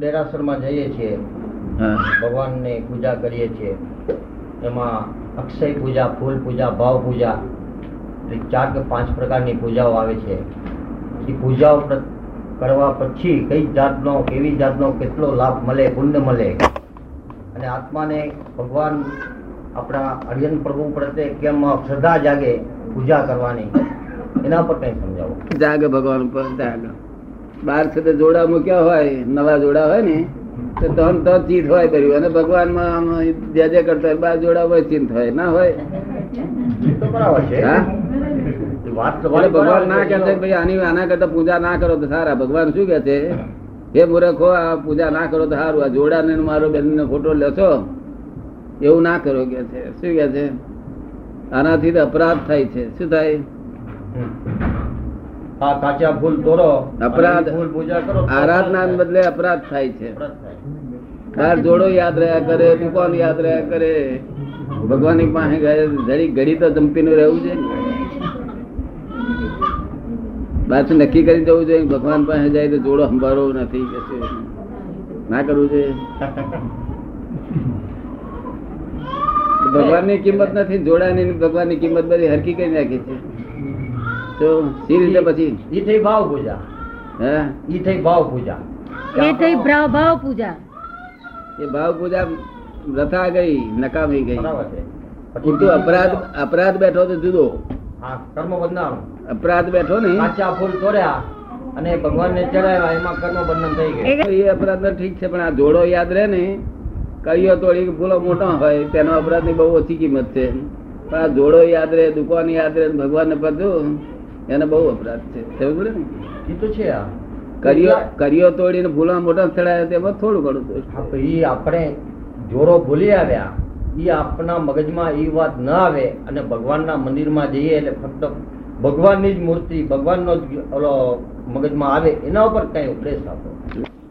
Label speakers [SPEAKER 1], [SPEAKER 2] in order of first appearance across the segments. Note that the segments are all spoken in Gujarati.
[SPEAKER 1] દેરાસરમાં જઈએ છીએ
[SPEAKER 2] હા
[SPEAKER 1] ભગવાનની પૂજા કરીએ છીએ એમાં અક્ષય પૂજા ફૂલ પૂજા ભાવ પૂજા એ ચાર કે પાંચ પ્રકારની પૂજાઓ આવે છે એ પૂજાઓ પ્ર- કરવા પછી કઈ જાતનો કેવી જાતનો કેટલો લાભ મળે પુણ્ય મળે અને આત્માને ભગવાન આપણા અર્યન પ્રભુ પ્રત્યે કેમ શ્રદ્ધા જાગે પૂજા કરવાની એના પર કંઈ સમજાવો
[SPEAKER 2] જાગ ભગવાન ઉપર જાગ બાર સાથે જોડા મૂક્યા હોય નવા જોડા હોય ને તો તન તો ચીત હોય કર્યું અને ભગવાનમાં આમ જે જે કરતા હોય બાર જોડા હોય ચિંત હોય ના હોય
[SPEAKER 1] એ તો બરાબર છે
[SPEAKER 2] હા
[SPEAKER 1] એ વાત તો
[SPEAKER 2] એટલે ભગવાન ના
[SPEAKER 1] બરાબર
[SPEAKER 2] કહે
[SPEAKER 1] છે.
[SPEAKER 2] છે ભાઈ આની આના કરતા પૂજા ના કરો તો સારા ભગવાન શું કહે છે હે મૂર્ખો આ પૂજા ના કરો તો સારું આ જોડાને ને મારો બેનનો ફોટો લેશો એવું ના કરો કે છે શું કહે છે આનાથી તો અપરાધ થાય છે શું થાય
[SPEAKER 1] આ કાચા ફૂલ તોડો
[SPEAKER 2] અપરાધ.
[SPEAKER 1] અને ફૂલ પૂજા કરો તો
[SPEAKER 2] આરાધના બદલે અપરાધ થાય છે
[SPEAKER 1] અપરાધ થાય.
[SPEAKER 2] બાર જોડો યાદ રહ્યા કરે દુકાન યાદ રહ્યા કરે ભગવાનની પાસે ગયા જરી ઘડી તો જંપીનું રહેવું છે ને બાદ નક્કી કરી જવું જોઈએ કે ભગવાન પાસે જાય તો જોડો સંભાળવો નથી કે છે. ના કરવું જોઈએ ભગવાનની કિંમત નથી જોડાની ને ભગવાનની કિંમત બધી હરકી કરી નાખી છે તો સી રીતે પછી
[SPEAKER 1] ઈ થઈ ભાવ પૂજા
[SPEAKER 2] હે
[SPEAKER 1] ઈ થઈ ભાવ પૂજા
[SPEAKER 3] એ થઈ ભાવ ભાવ પૂજા
[SPEAKER 2] એ ભાવ પૂજા રથા ગઈ નકામી ગઈ
[SPEAKER 1] બરાબર છે પછી
[SPEAKER 2] ઉલટો અપરાધ અપરાધ બેઠો તો જુદો
[SPEAKER 1] હા કર્મ બંધાણું
[SPEAKER 2] અપરાધ બેઠો ને
[SPEAKER 1] કાચા ફૂલ તોડ્યા અને ભગવાનને ચડાવ્યા એમાં કર્મ બંધન થઈ ગયું
[SPEAKER 2] એ અપરાધ તો ઠીક છે પણ આ જોડો યાદ રહે ને કયો તોડી કે ભૂલો મોટો હોય તેનો અપરાધ ની બહુ ઓછી કિંમત છે પણ આ જોડો યાદ રહે દુકાન યાદ રહે ભગવાન ને પધો એને બહુ અપરાધ છે સમજ પડે ને
[SPEAKER 1] ઈ તો છે આ
[SPEAKER 2] કરિયો કરિયો તોડીને ભૂલો મોટો ચડાયો તેમાં થોડું ઘણું દોષ
[SPEAKER 1] હા, તો
[SPEAKER 2] છે.
[SPEAKER 1] ઈ આપણે જોરો ભૂલી આવ્યા ઈ આપણા મગજમાં ઈ વાત ન આવે અને ભગવાનના મંદિરમાં જઈએ એટલે ફક્ત ભગવાનની જ મૂર્તિ ભગવાનનો જ ઓલો મગજમાં આવે એના ઉપર કઈ ઉપદેશ આપો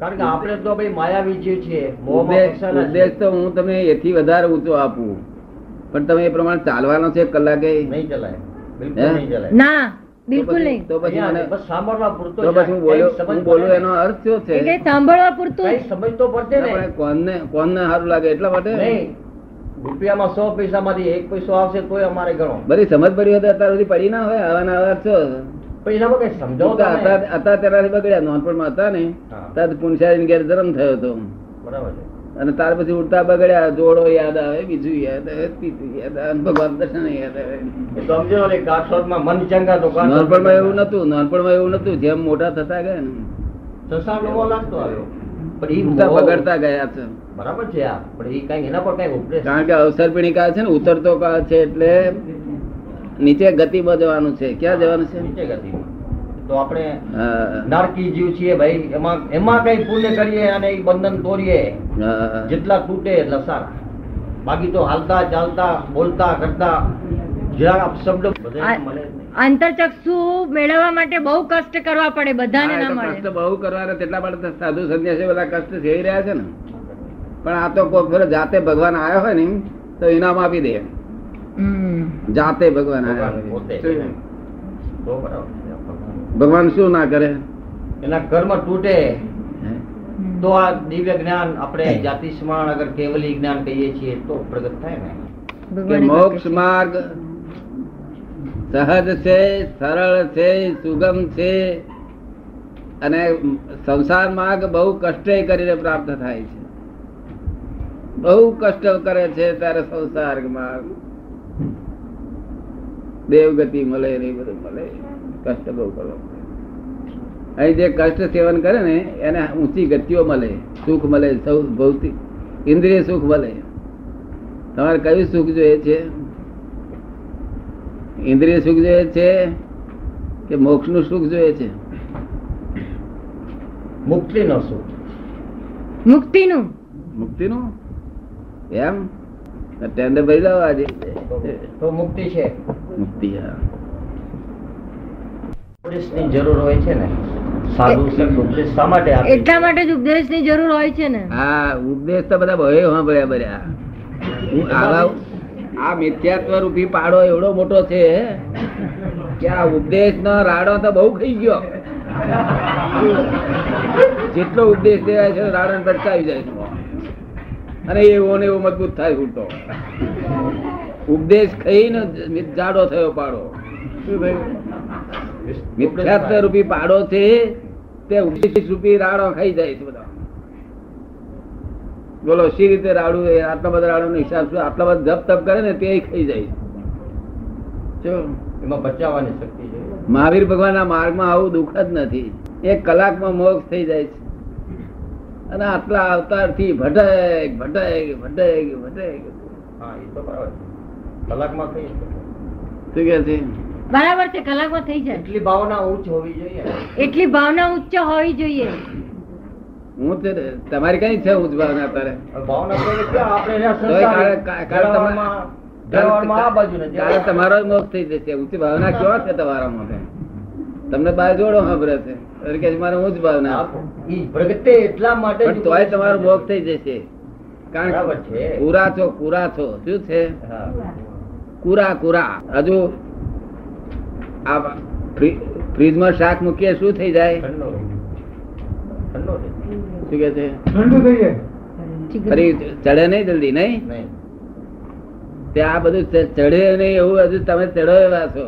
[SPEAKER 1] કારણ કે આપણે તો ભાઈ માયાવી જીવ છીએ મોહમાં
[SPEAKER 2] ઉપદેશ
[SPEAKER 1] ફસાયેલા છીએ.
[SPEAKER 2] ઉપદેશ તો હું તમે એથી વધારે ઊંચો આપું પણ તમે એ પ્રમાણે ચાલવાનો છે કલાકે
[SPEAKER 1] નહીં ચલાય બિલકુલ
[SPEAKER 2] હે?
[SPEAKER 1] નહીં ચલાય
[SPEAKER 3] ના બિલકુલ
[SPEAKER 2] તો પછી-
[SPEAKER 3] નહીં
[SPEAKER 2] તો પછી
[SPEAKER 1] અહીંયા
[SPEAKER 2] મને
[SPEAKER 1] બસ સાંભળવા પૂરતો
[SPEAKER 2] તો
[SPEAKER 1] જ આ.
[SPEAKER 2] પછી હું બોલ્યો
[SPEAKER 1] કંઈક સમજ
[SPEAKER 2] હું બોલું
[SPEAKER 1] પડે ને.
[SPEAKER 2] એનો અર્થ શું છે
[SPEAKER 3] એટલે સાંભળવા પૂરતું
[SPEAKER 1] કંઈક
[SPEAKER 3] જ.
[SPEAKER 1] સમજ તો પડશે ને
[SPEAKER 2] આપણે કોણને કોણને સારું લાગે એટલા માટે
[SPEAKER 1] નહીં રૂપિયામાં સો પૈસામાંથી એક પૈસો આવશે તોય અમારે ગણો
[SPEAKER 2] બધી સમજ પડી હોય તો અત્યાર સુધી પડી ના હોય આવા ને આવા છો
[SPEAKER 1] પૈસામાં કઈ સમજાવો
[SPEAKER 2] તો
[SPEAKER 1] તમે.
[SPEAKER 2] અત્યાર- અત્યાર તેનાથી બગડ્યા નાનપણમાં હતા ને
[SPEAKER 1] હા,
[SPEAKER 2] ત્યારે પુનસારીને ઘેર જન્મ થયો હતો
[SPEAKER 1] બરાબર છે
[SPEAKER 2] અને ત્યાર પછી ઉડતા બગડ્યા જોડો યાદ આવે બીજું યાદ આવે ત્રીજું યાદ આવે ભગવાન દર્શન યાદ આવે
[SPEAKER 1] એ તો સમજો ને કાઠોદમાં મન ચંગા તો કાઠોદ.
[SPEAKER 2] નાનપણમાં એવું નતું નાનપણમાં એવું નતું જેમ મોટા થતા ગયા ને
[SPEAKER 1] સસાર નવો લાગતો આવ્યો પણ ઈ
[SPEAKER 2] ઉડતા
[SPEAKER 1] મોહ-
[SPEAKER 2] બગડતા ગયા છે
[SPEAKER 1] બરાબર છે આ પણ ઈ કાંઈ એના પર કાંઈ ઉપદેશ
[SPEAKER 2] કારણ કે અવસરપીણી કાળ છે ને ઉતરતો કાળ છે એટલે નીચે ગતિમાં જવાનું છે ક્યાં જવાનું છે
[SPEAKER 1] નીચે ગતિમાં. તો આપણે
[SPEAKER 2] હા
[SPEAKER 1] નારકી જીવ છીએ ભાઈ એમાં એમાં કઈ પુણ્ય કરીએ અને ઈ બંધન તોડીએ
[SPEAKER 2] હા.
[SPEAKER 1] જેટલા તૂટે એટલા સારા બાકી તો હાલતા ચાલતા બોલતા કરતા જરા અપશબ્દો બધાય
[SPEAKER 3] આ-
[SPEAKER 1] મળે જ નહીં.
[SPEAKER 3] આંતરચક્ષુ મેળવવા માટે બહુ કષ્ટ કરવા પડે બધાને
[SPEAKER 2] હા, એ
[SPEAKER 3] ના
[SPEAKER 2] તો
[SPEAKER 3] મળે
[SPEAKER 2] કષ્ટ બહુ કરવાના તેટલા માટે તો સાધુ સંન્યાસી બધા કષ્ટ સહી રહ્યા છે ને પણ આ તો કોક ફેરો જાતે ભગવાન આવ્યો હોય ને તો ઇનામ આપી દે
[SPEAKER 3] હમ.
[SPEAKER 2] જાતે ભગવાન આવ્યો
[SPEAKER 1] ભગવાન પોતે.
[SPEAKER 2] હોય. શું?
[SPEAKER 1] તો બરાબર છે ભગવાન.
[SPEAKER 2] ભગવાન શું ના કરે
[SPEAKER 1] એના કર્મ તૂટે
[SPEAKER 2] હે?
[SPEAKER 1] તો આ દિવ્ય જ્ઞાન આપણે જાતિ સ્મરણ અગર કેવલી જ્ઞાન કહીએ છીએ તો પ્રગટ થાય ને
[SPEAKER 2] કે
[SPEAKER 3] ભગવાને
[SPEAKER 2] મોક્ષ
[SPEAKER 3] કહ્યું.
[SPEAKER 2] માર્ગ સહજ છે સરળ છે સુગમ છે અને સંસાર માર્ગ બહુ કષ્ટે કરીને પ્રાપ્ત થાય છે બહુ કષ્ટ કરે છે ત્યારે સંસાર માર્ગ દેવગતિ મળે ને એ બધું મળે કષ્ટ બહુ કરવો પડે. અહીં જે કષ્ટ સેવન કરે ને એને ઊંચી ગતિઓ મળે સુખ મળે સૌ ભૌતિક ઇન્દ્રિય સુખ મળે તમારે કયું સુખ જોઈએ છે ઇન્દ્રિય સુખ જોઈએ છે કે મોક્ષનું સુખ જોઈએ છે
[SPEAKER 1] મુક્તિ નો સુખ
[SPEAKER 3] મુક્તિનું
[SPEAKER 2] મુક્તિનું એમ ટેન્ડર ભરી લાવો આજે
[SPEAKER 1] તો મુક્તિ છે
[SPEAKER 2] મુક્તિ હા
[SPEAKER 1] ઉપદેશની જરૂર હોય છે ને સાધુ સંત ઉપદેશ શા માટે આપે છે?
[SPEAKER 3] એટલા માટે જ ઉપદેશની જરૂર હોય છે ને
[SPEAKER 2] હા ઉપદેશ તો બધા ભય સાંભળ્યા ભર્યા હું આવા આ મિથ્યાત્વ રૂપી પાડો એવડો મોટો છે કે આ ઉપદેશ રાડો તો બહુ ખાઈ ગયો જેટલો ઉપદેશ દેવાય છે રાવણ ભટકાવી જાય છે અને એવો ને એવો મજબૂત થાય ઉલટો ઉપદેશ ખાઈને જ જાડો થયો પાડો શું થયું મિથ્યાત્વ રૂપી પાડો છે તે ઉપદેશ રૂપી રાડો ખાઈ જાય છે બધા બોલો શી રીતે રાડું એ આટલા બધા રાડુનો હિસાબ શું આટલા બધા જપ તપ કરે ને તે ખાઈ જાય છે. જો
[SPEAKER 1] એમાં બચાવવાની શક્તિ છે
[SPEAKER 2] મહાવીર ભગવાનના માર્ગમાં આવું દુઃખ જ નથી એક કલાકમાં મોક્ષ થઈ જાય છે અને આટલા અવતારથી ભટક ભટક ભટક ભટક
[SPEAKER 1] હા એ તો બરાબર છે કલાકમાં થઈ શકે.
[SPEAKER 2] શું કહે છે
[SPEAKER 3] બરાબર છે કલાકમાં થઈ જાય
[SPEAKER 1] એટલી ભાવના ઉચ્ચ હોવી જોઈએ
[SPEAKER 3] એટલી ભાવના ઉચ્ચ હોવી જોઈએ
[SPEAKER 2] હું તે તમારી કઈ છે ઉચ્ચ ભાવના તારે
[SPEAKER 1] હવે ભાવના તો એટલે આપણે રહ્યા
[SPEAKER 2] તો એ કાલે-
[SPEAKER 1] સંસારી.
[SPEAKER 2] કાલે તમારે-
[SPEAKER 1] જળવાળમાં- જળવાળમાં આ બાજુ નથી.
[SPEAKER 2] તારે તમારો જ મોક્ષ થઈ જશે ઉચ્ચ ભાવના કેવા છે તમારા મોઢે તમને બાર જોડો ખબર છે એટલે કે મારે ઉચ્ચ ભાવના
[SPEAKER 1] આ- ઈ પ્રગટે એટલા માટે જ
[SPEAKER 2] પણ તોય તમારો મોક્ષ થઈ જશે
[SPEAKER 1] બરાબર
[SPEAKER 2] કારણ
[SPEAKER 1] છે.
[SPEAKER 2] કે પૂરા છો પૂરા છો શું છે
[SPEAKER 1] હા.
[SPEAKER 2] કુરા કુરા હજુ આ ફ્રી- ફ્રીજમાં શાક મૂકીએ શું થઈ જાય
[SPEAKER 1] ઠંડો ઠંડો છે.
[SPEAKER 2] શું કે છે
[SPEAKER 4] ઠંડુ થઈ જાય
[SPEAKER 2] ફરી ચડે નહીં જલ્દી નહીં
[SPEAKER 1] નહીં.
[SPEAKER 2] તે આ બધું ચ- ચડે નહીં એવું હજુ તમે ચડો એવા છો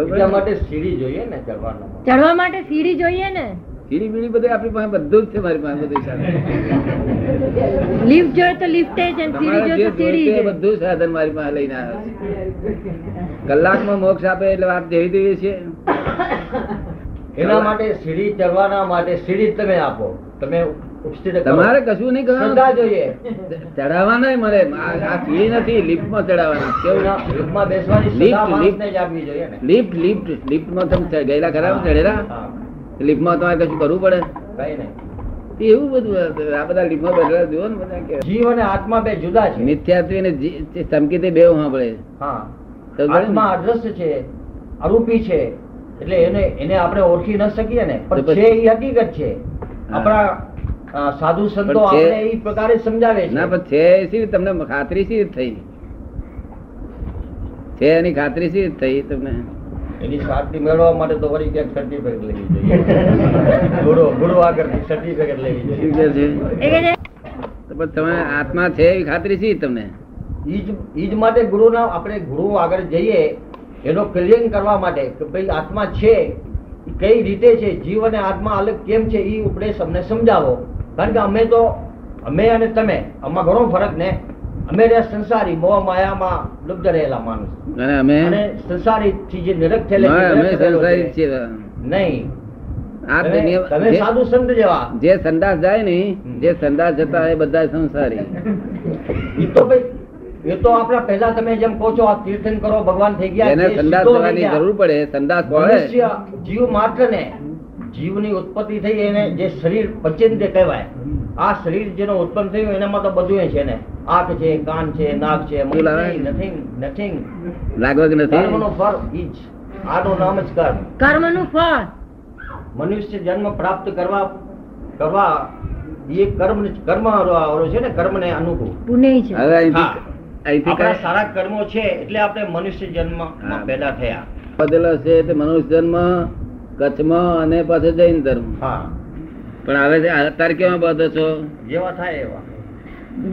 [SPEAKER 1] એટલા માટે સીડી જોઈએ ને ચડવાના
[SPEAKER 3] ચડવા માટે સીડી જોઈએ ને
[SPEAKER 2] હીડી બીડી બધું આપણી પાસે બધું જ છે મારી પાસે બધું સાધન.
[SPEAKER 3] લિફ્ટ જોઈએ તો લિફ્ટ જ અને સીડી
[SPEAKER 2] તમારે જે
[SPEAKER 3] જોઈએ તો
[SPEAKER 2] જોઈતું
[SPEAKER 3] સીડી
[SPEAKER 2] એ બધું સાધન મારી પાસે લઈને આવ્યો છે કલાકમાં મોક્ષ આપે એટલે વાત જેવી તેવી છે
[SPEAKER 1] એના માટે સીડી ચડવાના માટે સીડી તમે આપો તમે ઉપસ્થિત કરો.
[SPEAKER 2] તમારે કશું નહીં
[SPEAKER 1] શ્રદ્ધા
[SPEAKER 2] કરવાનું
[SPEAKER 1] જોઈએ
[SPEAKER 2] ચડાવવાના મને આ આ સીડી નથી લિફ્ટમાં ચડાવવાના કેવું
[SPEAKER 1] એના રૂમમાં બેસવાની શ્રદ્ધા
[SPEAKER 2] લીપ, લીપ.
[SPEAKER 1] માણસને જ આપવી જોઈએ ને
[SPEAKER 2] લિફ્ટ લિફ્ટ લિફ્ટમાં તમે ચડ- ગયેલા ખરા ચડેલા
[SPEAKER 1] હા.
[SPEAKER 2] લિફ્ટમાં તમારે કશું કરવું પડે
[SPEAKER 1] કઈ નહીં
[SPEAKER 2] એવું બધું આ બધા લિફ્ટમાં બેઠેલા જુઓ ને બધા કે
[SPEAKER 1] જીવ અને આત્મા બે જુદા છે
[SPEAKER 2] મિથ્યાત્વી ને જી- તે ધમકી તે બે સાંભળે
[SPEAKER 1] હા
[SPEAKER 2] તો બરાબર ને?
[SPEAKER 1] આત્મા અદ્રશ્ય છે આરોપી છે એટલે એને એને આપણે ઓળખી ન શકીએ ને પણ
[SPEAKER 2] તો પછી-
[SPEAKER 1] છે એ હકીકત છે
[SPEAKER 2] હા.
[SPEAKER 1] આપણા અ, સાધુ
[SPEAKER 2] પણ
[SPEAKER 1] સંતો
[SPEAKER 2] છે-
[SPEAKER 1] આપણે એ પ્રકારે સમજાવે
[SPEAKER 2] ના
[SPEAKER 1] છે
[SPEAKER 2] પણ છે શી રીતે? તમને ખાતરી શી રીતે થઈ છે એની ખાતરી શી રીતે થઈ તમને
[SPEAKER 1] એની શાંતિ મેળવવા માટે તો વળી ક્યાંક certificate લેવી જોઈએ ગુરુ ગુરુ આગળથી certificate લેવી
[SPEAKER 2] શું
[SPEAKER 1] જોઈએ
[SPEAKER 2] કહે છે
[SPEAKER 3] એ કહે છે,
[SPEAKER 2] તો પણ તમે આત્મા છે એવી ખાતરી શી રીતે તમને
[SPEAKER 1] ઈ જ- ઈ જ માટે ગુરુના આપણે ગુરુ આગળ જઈએ એનો ક્લિયરિંગ કરવા માટે કે ભાઈ આત્મા છે ઈ કઈ રીતે છે જીવ અને આત્મા અલગ કેમ છે એ ઉપદેશ અમને સમજાવો કારણ કે અમે તો અમે અને તમે આમાં ઘણો ફરક ને અમે રહ્યા સંસારી મોહ માયામાં લુપ્ત રહેલા માણસ
[SPEAKER 2] અને અમે
[SPEAKER 1] અને સંસારી થી જે નિરખ થયેલા
[SPEAKER 2] ના,
[SPEAKER 1] છે,
[SPEAKER 2] અમે
[SPEAKER 1] નિરખ થયેલો
[SPEAKER 2] સંસારી જ
[SPEAKER 1] છે.
[SPEAKER 2] છીએ
[SPEAKER 1] નહીં
[SPEAKER 2] આ
[SPEAKER 1] તમે-
[SPEAKER 2] દુનિયા-
[SPEAKER 1] તમે
[SPEAKER 2] જે-
[SPEAKER 1] સાધુ સંત જેવા
[SPEAKER 2] જે સંદાસ જાય ને
[SPEAKER 1] હમ.
[SPEAKER 2] જે સંદાસ જતા હોય એ બધા સંસારી
[SPEAKER 1] ઈ તો ભાઈ એ તો આપણા પહેલા તમે જેમ કહો છો આ તીર્થન કરો ભગવાન થઈ ગયા
[SPEAKER 2] એને
[SPEAKER 1] જે
[SPEAKER 2] સંદાસ
[SPEAKER 1] સીધો
[SPEAKER 2] જવાની
[SPEAKER 1] થઈ ગયા.
[SPEAKER 2] જરૂર પડે સંદાસ પડે
[SPEAKER 1] મનુષ્ય જીવ માત્ર ને જીવની ઉત્પત્તિ થઈ એને જે શરીર પચેન્દ્રિય કહેવાય આ શરીર જેનો ઉત્પન્ન થયું એનામાં તો બધું છે ને આંખ છે કાન છે નાક છે
[SPEAKER 2] શું લાવે?
[SPEAKER 1] નથિંગ નથિંગ
[SPEAKER 2] લાગવા કે
[SPEAKER 1] કર્મનો
[SPEAKER 2] નથી
[SPEAKER 1] ફળ ઈ જ આનું નામ જ કર્મ
[SPEAKER 3] કર્મનું ફળ
[SPEAKER 1] મનુષ્ય જન્મ પ્રાપ્ત કરવા કરવા એ કર્મ કર્મ વાળો છે ને કર્મને અનુકૂળ
[SPEAKER 3] પુણ્ય છે
[SPEAKER 1] હા.
[SPEAKER 2] હવે અહીંથી અહીંથી
[SPEAKER 1] આપણા
[SPEAKER 2] કાંઈ-
[SPEAKER 1] સારા કર્મો છે એટલે આપણે મનુષ્ય જન્મમાં
[SPEAKER 2] હા.
[SPEAKER 1] પેદા થયા
[SPEAKER 2] બધેલો છે તે મનુષ્ય ધર્મ કચ્છમાં અને પાછો જૈન ધર્મ
[SPEAKER 1] હા
[SPEAKER 2] પણ હવે જે અત્યારે કેવા બધો છો
[SPEAKER 1] જેવા થાય એવા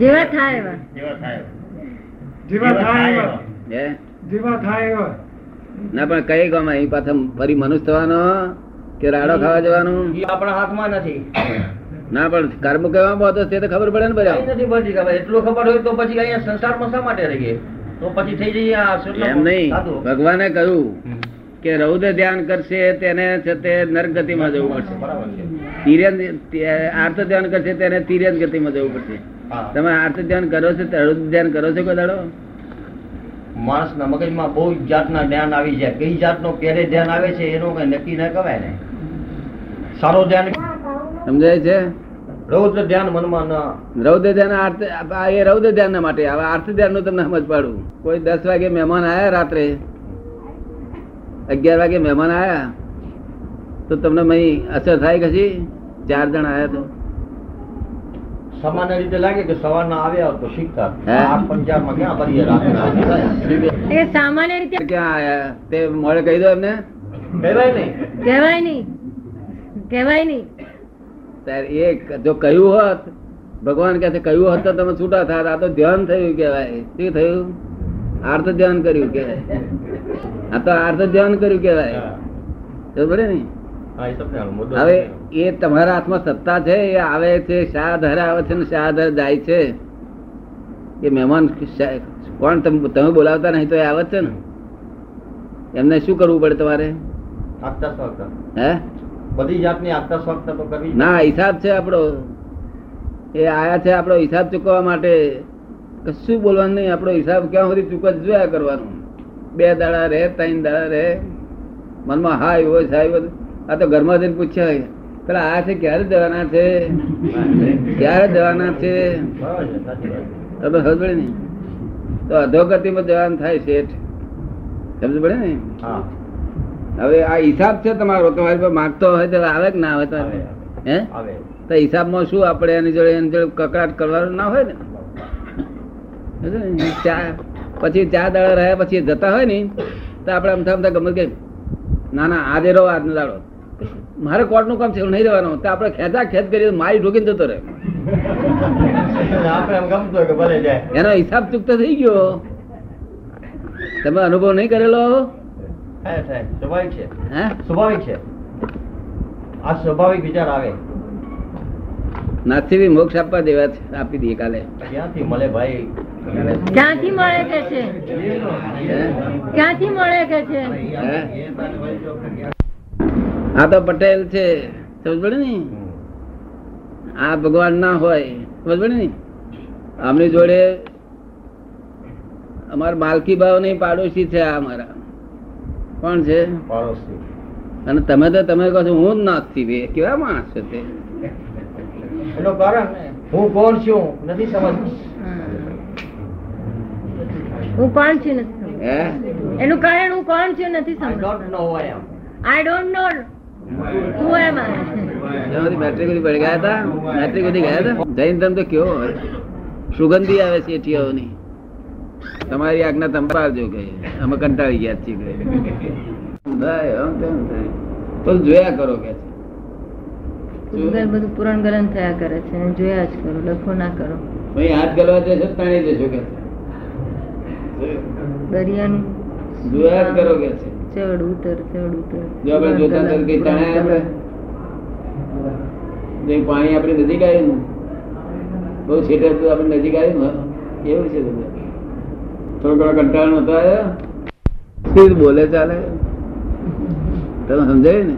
[SPEAKER 3] જેવા થાય એવા
[SPEAKER 1] જેવા થાય એવા.
[SPEAKER 4] જીવા થાય એવા
[SPEAKER 2] હે
[SPEAKER 4] જીવા થાય એવા
[SPEAKER 2] ના પણ કઈ ગામ અહીં પાછા ફરી મનુષ્ય થવાનો કે રાડો ખાવા જવાનો
[SPEAKER 1] ઈ આપણા હાથમાં નથી
[SPEAKER 2] ના પણ કર્મ કેવા બધો છે તે ખબર પડે ને
[SPEAKER 1] કઈ
[SPEAKER 2] બધા
[SPEAKER 1] નથી પડતી ખબર એટલું ખબર હોય તો પછી અહીંયા સંસારમાં શા માટે રહીએ તો પછી થઈ જઈએ આ સુરતમાં
[SPEAKER 2] એમ નહીં
[SPEAKER 1] સાધુ.
[SPEAKER 2] ભગવાને કહ્યું
[SPEAKER 1] હમ.
[SPEAKER 2] કે રૌદ્ર ધ્યાન કરશે તેને છે તે નર્ક ગતિમાં જવું પડશે
[SPEAKER 1] બરાબર છે
[SPEAKER 2] તિર્યન આર્ત ધ્યાન કરશે તેને તિર્યન ગતિમાં જવું પડશે
[SPEAKER 1] હા.
[SPEAKER 2] તમે આર્ત ધ્યાન કરો છો તે રૌદ્ર ધ્યાન કરો છો કોઈ દાડો
[SPEAKER 1] માણસના મગજમાં બહુ જાતના ધ્યાન આવી જાય કઈ જાતનો ક્યારે ધ્યાન આવે છે એનું કઈ નક્કી ના કહેવાય ને સારો ધ્યાન
[SPEAKER 2] સમજાય છે
[SPEAKER 1] રૌદ્ર ધ્યાન મનમાં ન
[SPEAKER 2] રૌદ્ર ધ્યાન આર્થ આ એ રૌદ્ર ધ્યાનના માટે હવે આર્થ ધ્યાનનું તમને સમજ પાડું કોઈ દસ વાગે મહેમાન આયા રાત્રે અગિયાર વાગે મહેમાન આયા તો તમને મહી અસર થાય કશી ચાર જણ આયા તો
[SPEAKER 1] સામાન્ય રીતે લાગે કે સવારના આવ્યા તો શીખતા
[SPEAKER 2] હે?
[SPEAKER 1] આ પંજાબમાં ક્યાં કરીએ રાત્રે
[SPEAKER 2] ક્યાં
[SPEAKER 3] એ સામાન્ય રીતે
[SPEAKER 2] આયા તે મોડે કહી દો એમને
[SPEAKER 1] કહેવાય નહીં
[SPEAKER 3] કહેવાય નહીં કહેવાય નહીં
[SPEAKER 2] ત્યારે એ ક- જો કહ્યું હોત ભગવાન કહે છે કહ્યું હોત તો તમે છૂટા થાત આ તો ધ્યાન થયું કહેવાય શું થયું આર્થ ધ્યાન કર્યું કહેવાય આ તો આર્થ ધ્યાન કર્યું કહેવાય ખબર પડે ને
[SPEAKER 1] હા, એ તમને હાલ મુદ્દો
[SPEAKER 2] હવે
[SPEAKER 1] સમજાયો.
[SPEAKER 2] એ તમારા હાથમાં સત્તા છે એ આવે છે શાહ ધરે આવે છે ને શાહ ધરે જાય છે એ મહેમાન શા- કોણ તમે તમે બોલાવતા નહીં તો એ આવે જ છે ને એમને શું કરવું પડે તમારે
[SPEAKER 1] આગતા સ્વાગતા.
[SPEAKER 2] હે
[SPEAKER 1] બધી જાતની આગતા સ્વાગતા તો કરવી જ.
[SPEAKER 2] ના હિસાબ છે આપણો એ આયા છે આપણો હિસાબ ચૂકવવા માટે કશું બોલવાનું નહીં આપણો હિસાબ ક્યાં સુધી ચૂકવ જોયા કરવાનું બે દાડા રહે ત્રણ દાડા રહે મનમાં હા એવો છે, હા એવો છે. આ તો ઘરમાં જઈને પૂછ્યા પેલા આ છે ક્યારે જવાના છે ક્યારે જવાના છે
[SPEAKER 1] બરાબર છે, સાચી વાત છે.
[SPEAKER 2] તમે સમજ પડે ને તો અધોગતિમાં જવાનું થાય શેઠ સમજ પડે ને
[SPEAKER 1] હા.
[SPEAKER 2] હવે આ હિસાબ છે તમારો તમારી પર માગતો હોય તો આવે કે ના આવે
[SPEAKER 1] આવે,
[SPEAKER 2] તમારે
[SPEAKER 1] આવે.
[SPEAKER 2] હે
[SPEAKER 1] આવે.
[SPEAKER 2] તો હિસાબમાં શું આપણે એની જોડે એની જોડે કકડાટ કરવાનો ના હોય ને સમજે ને? ચા પછી ચા દાડા રહ્યા પછી જતા હોય ને તો આપણે આમ થતા ગમે કે ના ના આજે રહો આજનો દાડો મારે કોર્ટનું કામ છે હું નહીં રહેવાનું તો આપણે ખેંચા ખેંચ કરી મારી ઢોકીને જતો રહે
[SPEAKER 1] આપણે એમ ગમતું હોય કે ભલે જાય.
[SPEAKER 2] એનો હિસાબ ચૂકતો થઈ ગયો તમે અનુભવ નહીં કરેલો
[SPEAKER 1] થાય, થાય. સ્વાભાવિક છે.
[SPEAKER 2] હે
[SPEAKER 1] સ્વાભાવિક છે. આ સ્વાભાવિક વિચાર આવે
[SPEAKER 2] નાથી મોક્ષ આપવા દેવા છે આપી દઈએ કાલે
[SPEAKER 1] ક્યાંથી મળે ભાઈ
[SPEAKER 3] ક્યાંથી મળે કે છે ક્યાંથી મળે કે છે
[SPEAKER 2] હે? આ તો પટેલ છે સમજ પડે ને
[SPEAKER 1] હમ.
[SPEAKER 2] આ ભગવાન ના હોય સમજ પડે ને આમની જોડે અમાર માલકી ભાવ નહીં પાડોશી છે આ અમારા કોણ છે
[SPEAKER 1] પાડોશી.
[SPEAKER 2] અને તમે તો તમે કહો છો હું જ નાખતી બે કેવા માણસ છો તે
[SPEAKER 1] એનું કારણ હું કોણ છું નથી સમજ
[SPEAKER 3] હું કોણ છું નથી સમજતો.
[SPEAKER 2] હે
[SPEAKER 3] એનું કારણ હું કોણ છું નથી સમજતો આઈ ડોન્ટ નો હું એમ
[SPEAKER 2] મેટ્રિક સુધી પડી ગયા હતા મેટ્રિક સુધી ગયા હતા જૈન ધર્મ તો કેવો હોય સુગંધી આવે છે ટીઓની તમારી આજ્ઞા તંપારજો કે અમે કંટાળી ગયા છીએ કહે. થાય, આમ તેમ થાય. તો જોયા કરો કે
[SPEAKER 3] ગૂગલ બધું પુરણ ગલન થયા કરે છે અને જોયા જ કરો લખો ના કરો
[SPEAKER 2] ભાઈ હાથ ગલવા જશો તો તાણી જશો કે છે.
[SPEAKER 3] દરિયાનું
[SPEAKER 2] જોયા જ કરો કે છે
[SPEAKER 3] ચડ ઉતર ચડ ઉતર
[SPEAKER 2] જો આપણે જોતા
[SPEAKER 3] પુરણ
[SPEAKER 2] તો કઈ
[SPEAKER 3] ગલન,
[SPEAKER 2] તણાય આપણે તો એ પાણી આપણે નજીક આવ્યું ને બહુ છેટે હતું આપણે નજીક આવ્યું ને એવું છે બધું થોડો ઘણો કંટાળો નતો આવ્યો શું બોલે ચાલે તમે સમજાય ને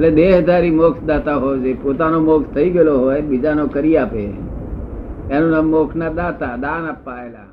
[SPEAKER 2] એટલે દેહધારી મોક્ષ દાતા હોવો જોઈએ પોતાનો મોક્ષ થઈ ગયેલો હોય બીજાનો કરી આપે એનું નામ મોક્ષના દાતા દાન આપવા આયેલા